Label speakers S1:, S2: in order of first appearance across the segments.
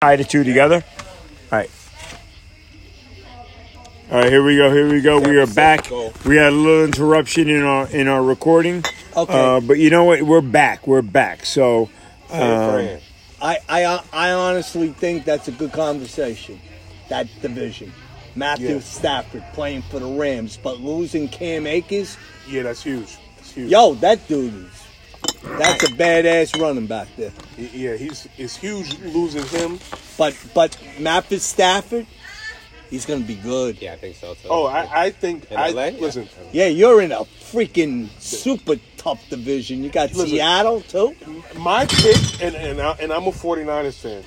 S1: tie the two together. All right. All right, here we go. Here we go. We are back. We had a little interruption in our in our recording.
S2: Okay.
S1: Uh, but you know what? We're back. We're back. So um,
S2: I, I, I honestly think that's a good conversation. That division. Matthew
S3: Yeah.
S2: Stafford playing for the Rams, but losing Cam Akers.
S3: Yeah, that's huge. That's huge.
S2: Yo, that dude is. That's a badass running back there.
S3: Y- Yeah, he's it's huge losing him.
S2: But but Matthew Stafford, he's gonna be good.
S4: Yeah, I think so too.
S3: Oh, I, I think
S4: In
S3: I
S4: LA? Yeah.
S3: listen.
S2: Yeah, you're in a freaking super tough division. You got
S3: Listen.
S2: Seattle too.
S3: My pick, and and, I, and I'm a 49ers fan.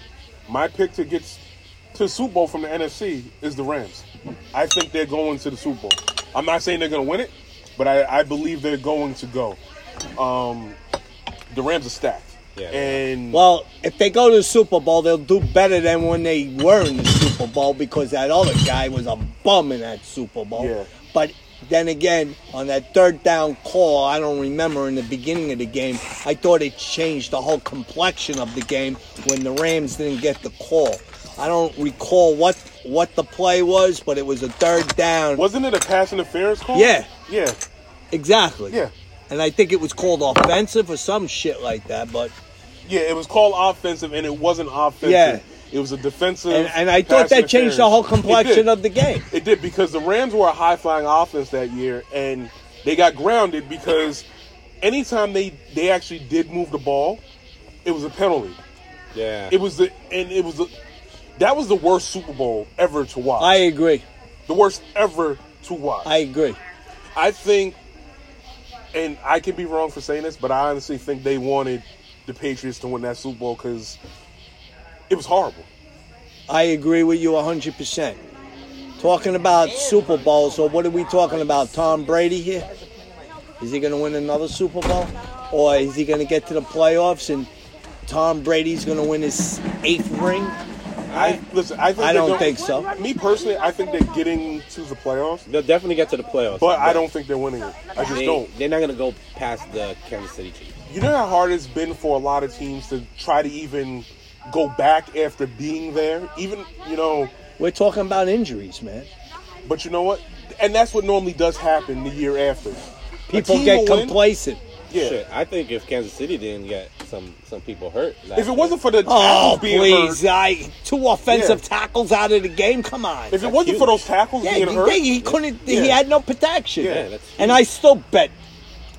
S3: My pick to get to the Super Bowl from the NFC is the Rams. I think they're going to the Super Bowl. I'm not saying they're going to win it, but I, I believe they're going to go. Um, the Rams are stacked.
S4: Yeah.
S3: And
S2: Well, if they go to the Super Bowl, they'll do better than when they were in the Super Bowl because that other guy was a bum in that Super Bowl.
S3: Yeah.
S2: But then again, on that third down call, I don't remember in the beginning of the game, I thought it changed the whole complexion of the game when the Rams didn't get the call. I don't recall what what the play was, but it was a third down.
S3: wasn't it a pass interference call?
S2: Yeah.
S3: Yeah.
S2: Exactly.
S3: Yeah.
S2: And I think it was called offensive or some shit like that, but
S3: Yeah, it was called offensive, and it wasn't offensive.
S2: Yeah.
S3: It was a defensive.
S2: and, and I
S3: pass
S2: thought that changed the
S3: interference.
S2: whole
S3: It did.
S2: complexion of the game.
S3: It did because the Rams were a high flying offense that year, and they got grounded because anytime they they actually did move the ball, it was a penalty.
S4: yeah.
S3: It was the and it was the that was the worst Super Bowl ever to watch.
S2: I agree.
S3: the worst ever to watch.
S2: I agree.
S3: I think, and I can be wrong for saying this, but I honestly think they wanted the Patriots to win that Super Bowl because it was horrible.
S2: I agree with you 100%. Talking about Super Bowl, so what are we talking about? Tom Brady here? Is he going to win another Super Bowl? Or is he going to get to the playoffs and Tom Brady's going to win his eighth ring?
S3: I listen. I think
S2: I
S3: they're
S2: don't
S3: gonna-
S2: think so.
S3: Me personally, I think they're getting to the playoffs.
S4: They'll definitely get to the playoffs.
S3: But I don't think they're winning it. I just
S4: They,
S3: don't.
S4: They're not gonna go past the Kansas City Chiefs.
S3: You know how hard it's been for a lot of teams to try to even go back after being there? Even, you know,
S2: We're talking about injuries, man.
S3: but you know what? And that's what normally does happen the year after. A
S2: People
S3: team
S2: get
S3: will win.
S2: complacent.
S3: Yeah.
S4: Shit, I think if Kansas City didn't get some some people hurt, like,
S3: If it wasn't for the
S2: Oh,
S3: tackles being
S2: please.
S3: hurt,
S2: I, two offensive
S3: Yeah.
S2: tackles out of the game? Come on.
S3: if it wasn't for those tackles
S2: Yeah,
S3: being
S2: he-
S3: hurt,
S2: they- he couldn't. He
S3: Yeah.
S2: had no protection.
S3: Yeah,
S4: that's true.
S2: and I still bet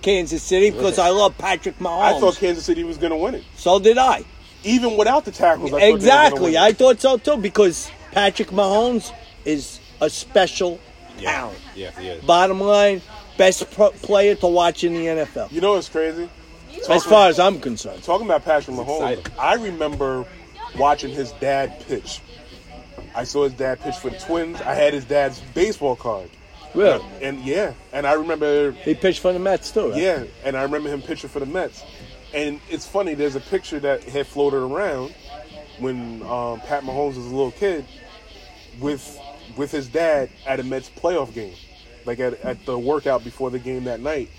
S2: Kansas City because I love Patrick Mahomes.
S3: I thought Kansas City was going to win it.
S2: so did I.
S3: Even without the tackles, I thought
S2: exactly.
S3: They
S2: I
S3: were gonna win it.
S2: thought so too because Patrick Mahomes is a special
S4: yeah,
S2: talent.
S4: yeah, yeah.
S2: Bottom line, best pro- player to watch in the NFL,
S3: You know what's crazy?
S2: as far as I'm concerned.
S3: Talking about Patrick Mahomes,
S4: exciting.
S3: I remember watching his dad pitch. I saw his dad pitch for the Twins. I had his dad's baseball card.
S2: Really,
S3: And yeah, and I remember
S2: he pitched for the Mets too. Right?
S3: yeah, and I remember him pitching for the Mets. And it's funny, there's a picture that had floated around when um, Pat Mahomes was a little kid with with his dad at a Mets playoff game, like at, at the workout before the game that night.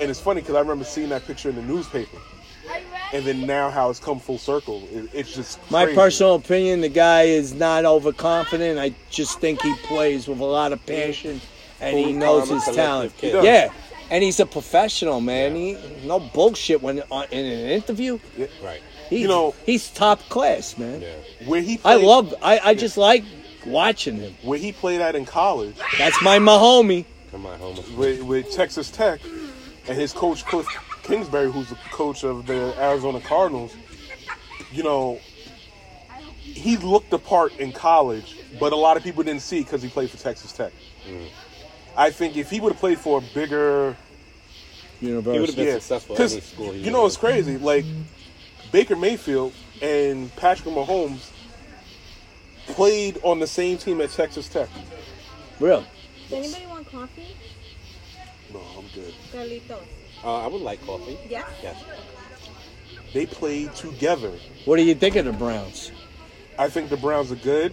S3: And it's funny because I remember seeing that picture in the newspaper, and then now how it's come full circle. It, it's just
S2: My
S3: crazy.
S2: personal opinion, the guy is not overconfident. I just think he plays with a lot of passion, and he
S4: Cool,
S2: knows
S4: calm,
S2: his
S4: collective
S2: talent.
S4: kid.
S3: does.
S2: Yeah, and he's a professional, man. He no bullshit when on, in an interview.
S4: right.
S2: He's,
S3: You know-
S2: he's top class, man.
S4: Yeah.
S3: where he
S2: I
S3: played-
S2: love. I, I just like watching him.
S3: where he played at in college.
S2: That's my Mahomie.
S4: Come on, home.
S3: with, with Texas Tech and his coach Cliff Kingsbury, who's the coach of the Arizona Cardinals. You know, he looked the part in college, but a lot of people didn't see because he played for Texas Tech.
S4: Mm.
S3: I think if he would have played for a bigger,
S4: He
S2: University.
S4: would've been
S3: yeah,
S4: successful at
S3: 'cause
S4: any school he
S3: you know,
S4: was
S3: it's crazy. Like Baker Mayfield and Patrick Mahomes played on the same team at Texas Tech.
S2: Real.
S5: Does anybody want coffee?
S3: No, I'm good.
S5: Carlitos.
S4: Uh, I would like coffee.
S5: Yeah?
S4: Yes.
S3: They played together.
S2: What do you think of the Browns?
S3: I think the Browns are good,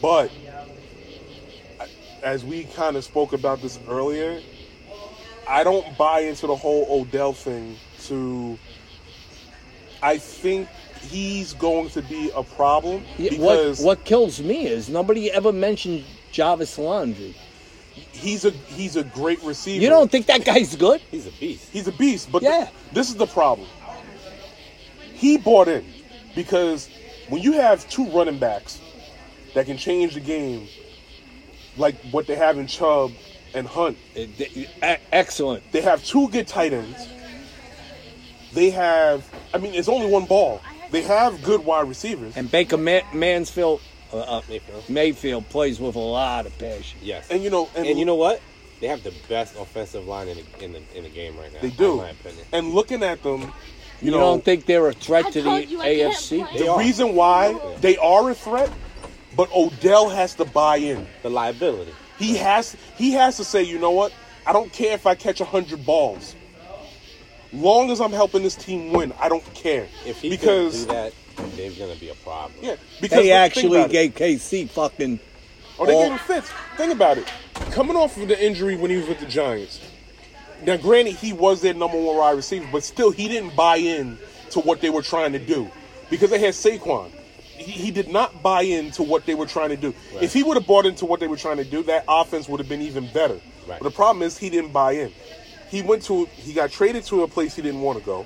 S3: but as we kind of spoke about this earlier, I don't buy into the whole Odell thing. To I think he's going to be a problem
S2: Yeah,
S3: because
S2: what what kills me is nobody ever mentioned Jarvis Landry.
S3: he's a he's a great receiver.
S2: You don't think that guy's good?
S4: He's a beast.
S3: He's a beast, but
S2: Yeah.
S3: th- this is the problem. He bought in because when you have two running backs that can change the game, like what they have in Chubb and Hunt,
S2: Eh, th- eh, Excellent.
S3: they have two good tight ends. They have, I mean, it's only one ball. They have good wide receivers,
S2: And Baker Ma- Mansfield uh, uh,
S4: Mayfield.
S2: Mayfield plays with a lot of passion.
S4: Yes.
S3: and you know, and,
S4: And you know what? They have the best offensive line in the, in the, in the game right now.
S3: they do.
S4: In my opinion.
S3: And looking at them, you,
S2: You,
S3: know,
S2: don't think they're a threat
S5: I
S2: to the
S5: told you I can't
S2: AFC?
S5: play.
S4: They
S3: the
S4: are.
S3: reason why they are a threat, but Odell has to buy in.
S4: The liability.
S3: He has he has to say, you know what? I don't care if I catch hundred balls. Long as I'm helping this team win, I don't care.
S4: If he
S3: because
S4: because, do that, there's going to be a problem.
S3: yeah, because
S2: They
S3: let's think
S2: actually
S3: about it.
S2: gave KC fucking.
S3: Oh, they
S2: All-
S3: gave him fits. Think about it. Coming off of the injury when he was with the Giants. Now, granted, he was their number one wide receiver, but still, he didn't buy in to what they were trying to do because they had Saquon. He, he did not buy into what they were trying to do. If he would have bought into what they were trying to do, that offense would have been even better.
S4: Right.
S3: But the problem is, he didn't buy in. He went to he got traded to a place he didn't want to go.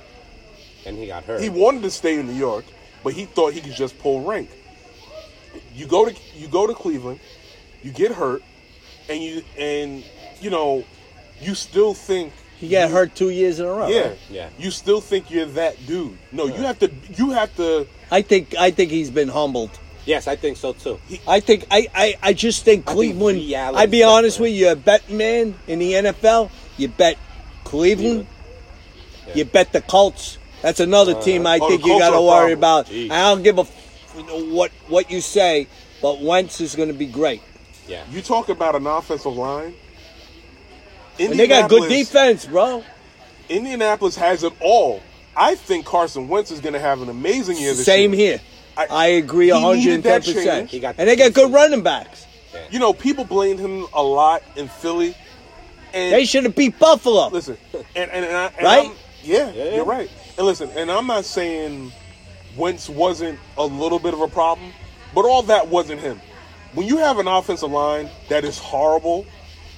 S4: And he got hurt.
S3: He wanted to stay in New York, but he thought he could just pull rank. You go to you go to Cleveland, you get hurt, and you and you know, you still think
S2: He got hurt two years in a row.
S3: yeah,
S4: Yeah.
S3: You still think you're that dude. No, you have to you have to
S2: I think I think he's been humbled.
S4: yes, I think so too.
S2: I think I, I, I just think Cleveland.
S4: reality
S2: I'd be
S4: is
S2: honest
S4: different.
S2: with you, a betting man in the NFL, you bet Cleveland, you bet the Colts. That's another team I
S3: oh, the
S2: think you
S3: Colts
S2: got
S3: are
S2: to
S3: a
S2: worry
S3: problem.
S2: about.
S4: Jeez.
S2: I don't give a f- you know, what what you say, but Wentz is going to be great,
S4: Yeah.
S3: you talk about an offensive line.
S2: and they got good
S3: Indianapolis-
S2: defense, bro.
S3: Indianapolis has it all. I think Carson Wentz is going to have an amazing year this
S2: Same
S3: year.
S2: here. I,
S3: I-
S2: agree,
S3: He
S2: one hundred and
S3: needed
S2: ten
S3: that
S2: percent.
S3: change. He
S4: got-
S2: And they got good running backs.
S3: You know, people blamed him a lot in Philly. And
S2: They should have beat Buffalo.
S3: Listen, and and, and, I, and
S2: Right?
S3: I'm- yeah,
S4: Yeah.
S3: you're right. And listen, and I'm not saying Wentz wasn't a little bit of a problem, but all that wasn't him. When you have an offensive line that is horrible,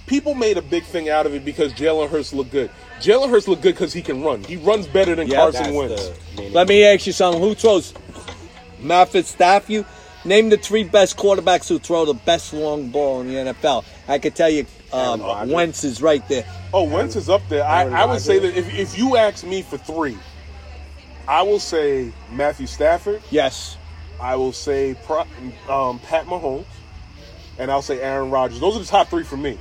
S3: people made a big thing out of it because Jalen Hurts looked good. Jalen Hurts looked good because he can run. He runs better than
S2: Yeah,
S3: Carson
S4: That's
S3: Wentz.
S4: the main-
S2: Let me ask you something. Who throws? Matt Fitzstafford. Name the three best quarterbacks who throw the best long ball in the NFL. I could tell you, um,
S4: Rodgers.
S2: Wentz is right there.
S3: Oh, Wentz is up there. I,
S4: Aaron
S3: I would say
S4: Rodgers.
S3: that if, if you ask me for three, I will say Matthew Stafford.
S2: Yes,
S3: I will say pro, um, Pat Mahomes, and I'll say Aaron Rodgers. Those are the top three for me.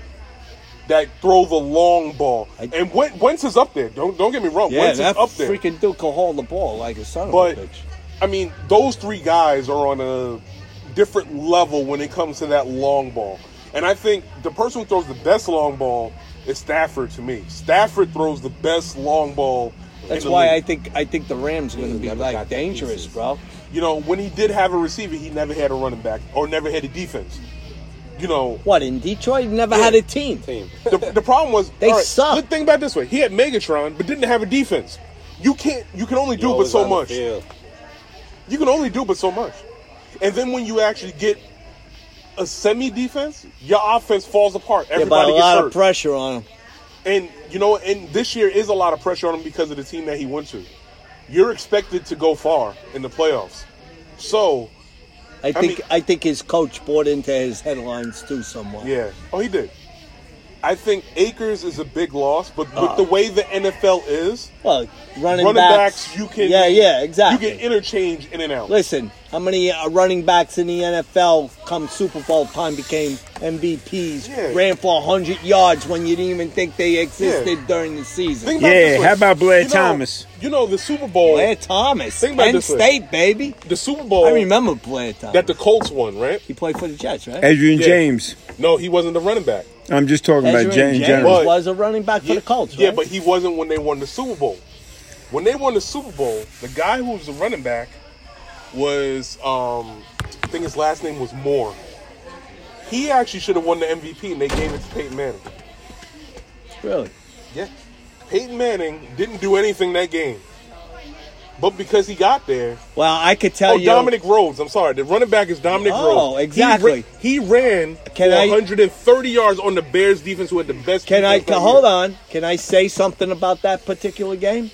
S3: That throw the long ball,
S2: I-
S3: and Wen- Wentz is up there. Don't don't get me wrong.
S2: yeah,
S3: Wentz is
S2: that
S3: up there.
S2: freaking dude can hold the ball like a son of
S3: but
S2: a bitch.
S3: I mean, those three guys are on a different level when it comes to that long ball. And I think the person who throws the best long ball is Stafford to me. Stafford throws the best long ball. in
S2: That's
S3: the
S2: why I
S3: league.
S2: think I think the Rams are going to be
S4: never
S2: like
S4: got the
S2: dangerous,
S4: pieces.
S2: bro.
S3: you know when he did have a receiver, he never had a running back or never had a defense. You know,
S2: What in Detroit? Never had a team.
S4: team.
S3: the, the problem was
S2: They
S3: all right,
S2: suck.
S3: let's think about it this way: he had Megatron, but didn't have a defense. You can't. You can only do but
S4: Always
S3: so
S4: on the
S3: much.
S4: field.
S3: You can only do but so much. And then when you actually get a semi defense, your offense falls apart.
S2: Yeah, but
S3: Everybody
S2: a lot
S3: gets hurt.
S2: of pressure on them.
S3: and you know, and this year is a lot of pressure on him because of the team that he went to. You're expected to go far in the playoffs, so
S2: I think I,
S3: mean-
S2: think his coach bought into his headlines too somewhat.
S3: Yeah. Oh, he did. I think Akers is a big loss, but
S2: Uh.
S3: with the way the NFL is,
S2: Well, running,
S3: running
S2: backs,
S3: backs, you can
S2: Yeah, yeah,
S3: you
S2: exactly.
S3: can interchange in and out.
S2: Listen, how many uh, running backs in the NFL come Super Bowl time became MVPs,
S3: Yeah.
S2: ran for 100 yards when you didn't even think they existed
S3: Yeah.
S2: during the season?
S3: Think about
S1: Yeah,
S3: it this way.
S1: how about Blair
S3: You know-
S1: Thomas?
S3: You know the Super Bowl,
S2: Blair Thomas,
S3: Think about it
S2: Penn
S3: this way.
S2: State, baby.
S3: the Super Bowl
S2: I remember Blair Thomas.
S3: that the Colts won, right?
S2: he played for the Jets, right?
S1: Adrian
S3: Yeah.
S1: James.
S3: No, he wasn't the running back.
S1: I'm just talking
S2: Ezra
S1: about Jan-
S2: James
S1: general.
S3: But-
S2: was a running back for
S3: yeah,
S2: the Colts,
S3: yeah,
S2: right?
S3: but he wasn't when they won the Super Bowl. When they won the Super Bowl, the guy who was the running back was, um, I think his last name was Moore. He actually should have won the MVP, and they gave it to Peyton Manning.
S2: really.
S3: Yeah. Peyton Manning didn't do anything that game. But because he got there,
S2: Well, I could tell
S3: oh,
S2: you.
S3: Dominic Rhodes. I'm sorry, the running back is Dominic
S2: Oh,
S3: Rhodes. He
S2: exactly.
S3: ra- He, ran
S2: Can
S3: for
S2: I-
S3: 130 yards on the Bears defense, who had the best.
S2: Can I
S3: defense that
S2: hold
S3: year.
S2: on? Can I say something about that particular game?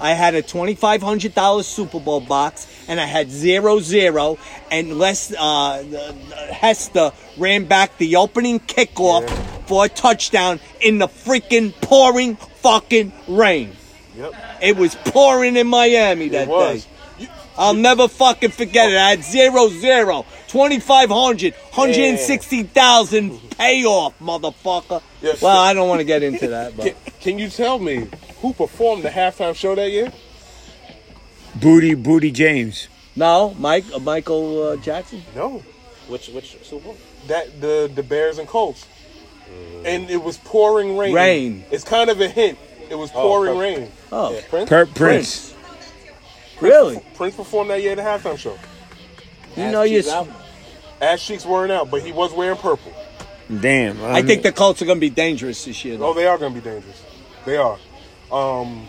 S2: I had a twenty-five hundred dollars Super Bowl box, and I had zero zero, and Les uh, the- the- Hester ran back the opening kickoff for a touchdown in the freaking pouring fucking rain.
S3: Yep,
S2: It was pouring in Miami that
S3: it was.
S2: day.
S3: You-
S2: I'll never fucking forget it. I had zero zero. 2500 160,000 payoff, motherfucker.
S3: Yeah.
S2: Well, I don't want to get into that,
S3: Can,
S2: but
S3: can you tell me who performed the halftime show that year?
S1: Booty, Booty James.
S2: no, Mike uh, Michael uh, Jackson.
S3: No,
S4: Which which Super Bowl?
S3: that the the Bears and Colts, Mm. and it was pouring rain.
S2: Rain.
S3: It's kind of a hint. It was pouring
S4: perfect.
S3: rain.
S2: Oh,
S3: Prince,
S1: Per- Prince.
S2: really?
S3: Prince performed that year at the halftime show.
S2: You know you. s-
S3: Ass cheeks weren't out, but he was wearing purple.
S1: Damn.
S2: I think the Colts are going to be dangerous this year.
S3: Oh,
S2: Though.
S3: they are going to be dangerous. They are. Um,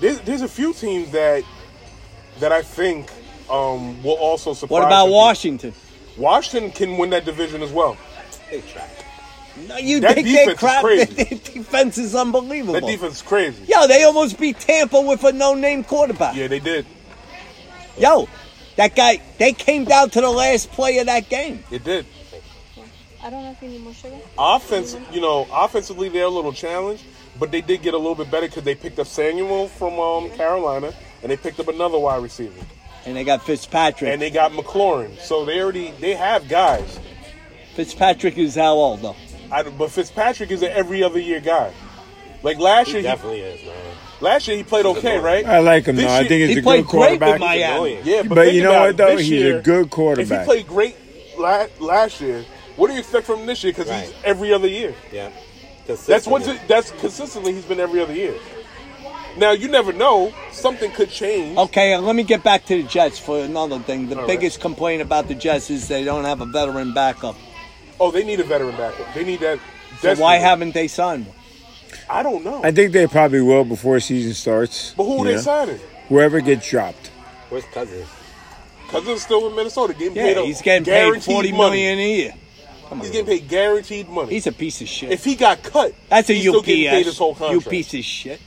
S3: there's, there's a few teams that that I think um, will also surprise.
S2: What about
S3: some people.
S2: Washington?
S3: Washington can win that division as well.
S2: No, you
S3: That
S2: think
S3: defense
S2: they
S3: is
S2: crap?
S3: crazy.
S2: Their defense is unbelievable.
S3: That defense is crazy.
S2: Yo, they almost beat Tampa with a no-name quarterback.
S3: Yeah, they did.
S2: Yo, that guy, they came down to the last play of that game.
S3: It did.
S5: I don't know if you need more sugar.
S3: Offense, you know, offensively they're a little challenged, but they did get a little bit better because they picked up Samuel from um, Carolina, and they picked up another wide receiver,
S2: And they got Fitzpatrick.
S3: and they got McLaurin. So they already they have guys.
S2: Fitzpatrick is how old, though?
S3: I, but Fitzpatrick is an every other year guy. Like last
S4: He
S3: year, he,
S4: definitely is, man.
S3: last year he played okay, right?
S1: I like him
S3: This
S1: though. I
S3: year-
S1: think
S2: He
S1: he's a
S2: played
S1: good
S2: great with
S1: quarterback.
S2: Miami.
S4: Annoying.
S3: Yeah, but,
S1: But
S3: think
S1: you know
S3: about
S1: what,
S3: it.
S1: though?
S3: This
S1: He's a
S3: year,
S1: good
S3: If
S1: quarterback.
S3: he played great la- last year, what do you expect from him this year? Because he's
S4: Right.
S3: every other year.
S4: Yeah.
S3: That's
S4: Consistent.
S3: what's that's consistently he's been every other year. Now you never know; something could change.
S2: Okay, uh, let me get back to the Jets for another thing. The
S3: All right.
S2: biggest complaint about the Jets is they don't have a veteran backup.
S3: Oh, they need a veteran backup. They need that.
S2: So why
S3: desperately.
S2: haven't they signed one?
S3: I don't know.
S1: I think they probably will before season starts.
S3: but who
S1: you
S3: they
S1: know?
S3: signing?
S1: Whoever gets dropped.
S4: Where's Cousins?
S3: Cousins still with Minnesota. Getting paid
S2: Yeah,
S3: a
S2: he's getting paid
S3: guaranteed
S2: forty million
S3: money.
S2: a year.
S3: He's getting paid guaranteed money.
S2: He's a piece of shit.
S3: if he got cut,
S2: That's a
S3: he's still getting paid his
S2: UPS.
S3: whole
S2: You
S3: contract.
S2: piece of shit.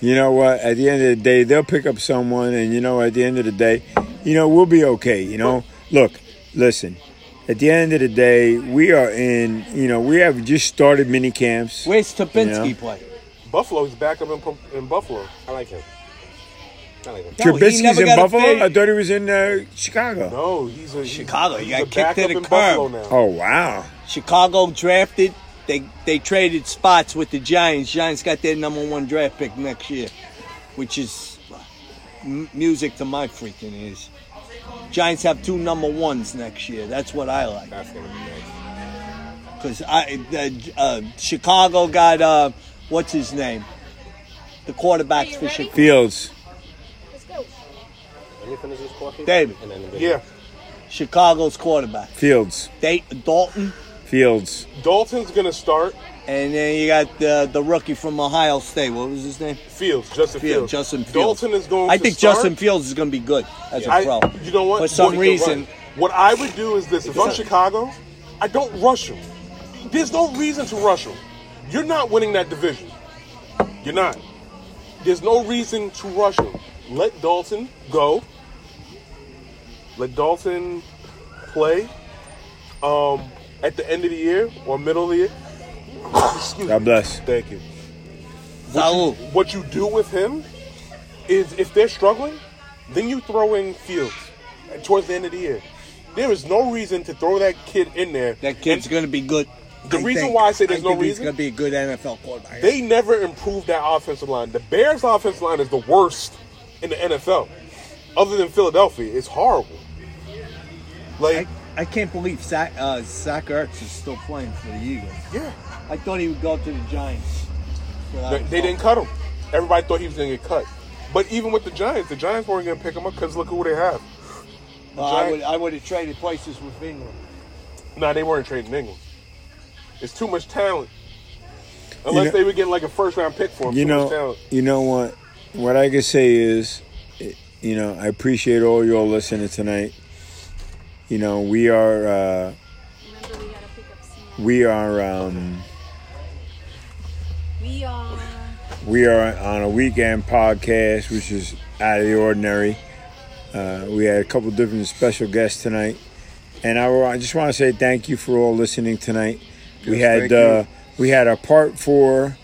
S1: You know what? At the end of the day, they'll pick up someone, and you know, at the end of the day, you know, we'll be okay. You know, look, listen. At the end of the day, we are in. You know, we have just started mini camps.
S2: Where's Topinski
S1: Yeah.
S2: play?
S3: Buffalo. He's back up in, Pu- in Buffalo.
S4: I like him. I like him.
S2: No, he
S1: Trubisky's
S2: never
S1: in
S2: got a
S1: Buffalo.
S2: fair-
S1: I thought he was in uh, Chicago.
S3: No, he's a he's-
S2: Chicago, he
S3: He's
S2: got
S3: a
S2: kicked
S3: backup
S2: to the
S3: in
S2: curb.
S3: Buffalo now.
S1: Oh wow!
S2: Chicago drafted. They they traded spots with the Giants. Giants got their number one draft pick next year, which is uh, m- music to my freaking ears. Giants have two number ones next year. That's what I like
S4: That's gonna be nice.
S2: because I the, uh, Chicago got uh, what's his name, the
S5: Are
S2: quarterbacks
S5: you
S2: for
S5: ready?
S2: Chicago.
S1: Fields.
S5: Let's go.
S4: Let me finish this coffee.
S2: David.
S4: And then
S3: Yeah,
S2: Chicago's quarterback.
S1: Fields.
S2: They Dalton,
S1: Fields.
S3: Dalton's gonna start.
S2: and then you got the the rookie from Ohio State. What was his name?
S3: Fields, Justin
S2: Field,
S3: Fields.
S2: Justin Fields.
S3: Dalton is going.
S2: I
S3: to
S2: think
S3: start.
S2: Justin Fields is going to be good as a pro.
S3: I, you know what?
S2: For some
S3: What-
S2: reason,
S3: what I would do is this: if I'm Chicago, I don't rush him. There's no reason to rush him. You're not winning that division. You're not. There's no reason to rush him. Let Dalton go. Let Dalton play. Um, at the end of the year or middle of the year. Excuse
S1: God
S3: me.
S1: bless.
S3: Thank you.
S2: Saul,
S3: What you do with him is if they're struggling, then you throw in Fields towards the end of the year. There is no reason to throw that kid in there.
S2: that kid's
S3: And
S2: going to be good.
S3: The reason why I say there's no
S2: think he's
S3: reason-
S2: going to be a good NFL quarterback.
S3: They never improved that offensive line. The Bears' offensive line is the worst in the NFL, other than Philadelphia. It's horrible.
S2: I,
S3: Like,
S2: I can't believe Zach, uh, Zach Ertz is still playing for the Eagles.
S3: yeah,
S2: I thought he would go to the Giants. Well,
S3: they, they didn't cut him. Everybody thought he was going to get cut. But even with the Giants, the Giants weren't going to pick him up because look who they have.
S2: Well, I would
S3: Giants-
S2: I would have traded places with England.
S3: Nah, they weren't trading England. It's too much talent. Unless they would get like a first round pick for him.
S1: You
S3: too
S1: know,
S3: much talent.
S1: you know what? what I can say is, eh, you know, I appreciate all y'all listening tonight. You know, we are uh,
S6: Remember, we gotta pick up some.
S1: we are um,
S6: We are.
S1: we are on a weekend podcast, which is out of the ordinary. Uh, we had a couple different special guests tonight, and I, wa- I just want to say thank you for all listening tonight. we
S3: Yes,
S1: had
S3: thank
S1: uh, we had a part four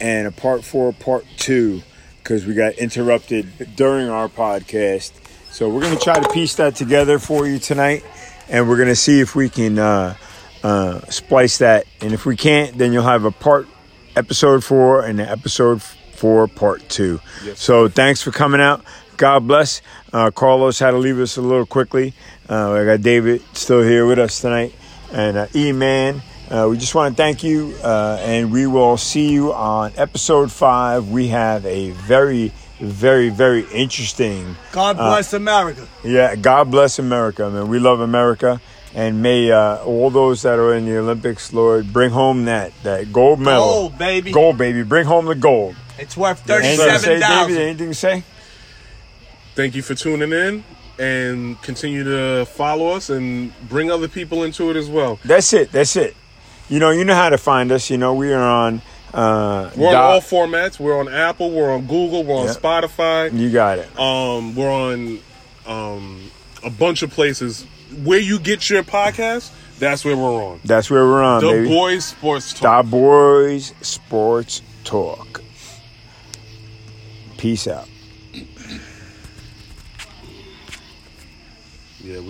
S1: and a part four part two because we got interrupted during our podcast. So we're gonna try to piece that together for you tonight, and we're gonna see if we can uh, uh, splice that. And if we can't, then you'll have a part episode four and an episode four part two. So thanks for coming out. God bless. Uh, Carlos had to leave us a little quickly. Uh, I got David still here with us tonight. And uh, E Man, uh, we just want to thank you. Uh, and we will see you on episode five. We have a very, very, very interesting.
S2: God
S3: Uh,
S2: bless America.
S1: Yeah, God bless America, man. We love America. And may uh, all those that are in the Olympics, Lord, bring home that, that gold medal.
S2: Gold, baby.
S1: Gold, baby. Bring home the gold.
S2: It's worth
S1: Anything to say,
S2: thirty-seven
S1: David?
S2: thousand.
S1: Anything to say?
S3: Thank you for tuning in and continue to follow us and bring other people into it as well.
S1: That's it. That's it. You know, you know how to find us. You know, we are on. Uh,
S3: We're on
S1: dot-
S3: all formats. We're on Apple. We're on Google. We're on
S1: Yeah.
S3: Spotify.
S1: you got it.
S3: Um, we're on um, a bunch of places where you get your podcast. That's where we're on.
S1: That's where we're on,
S3: The
S1: baby.
S3: Boys Sports Talk.
S1: Star Boys Sports Talk. Peace out.
S3: Yeah, we-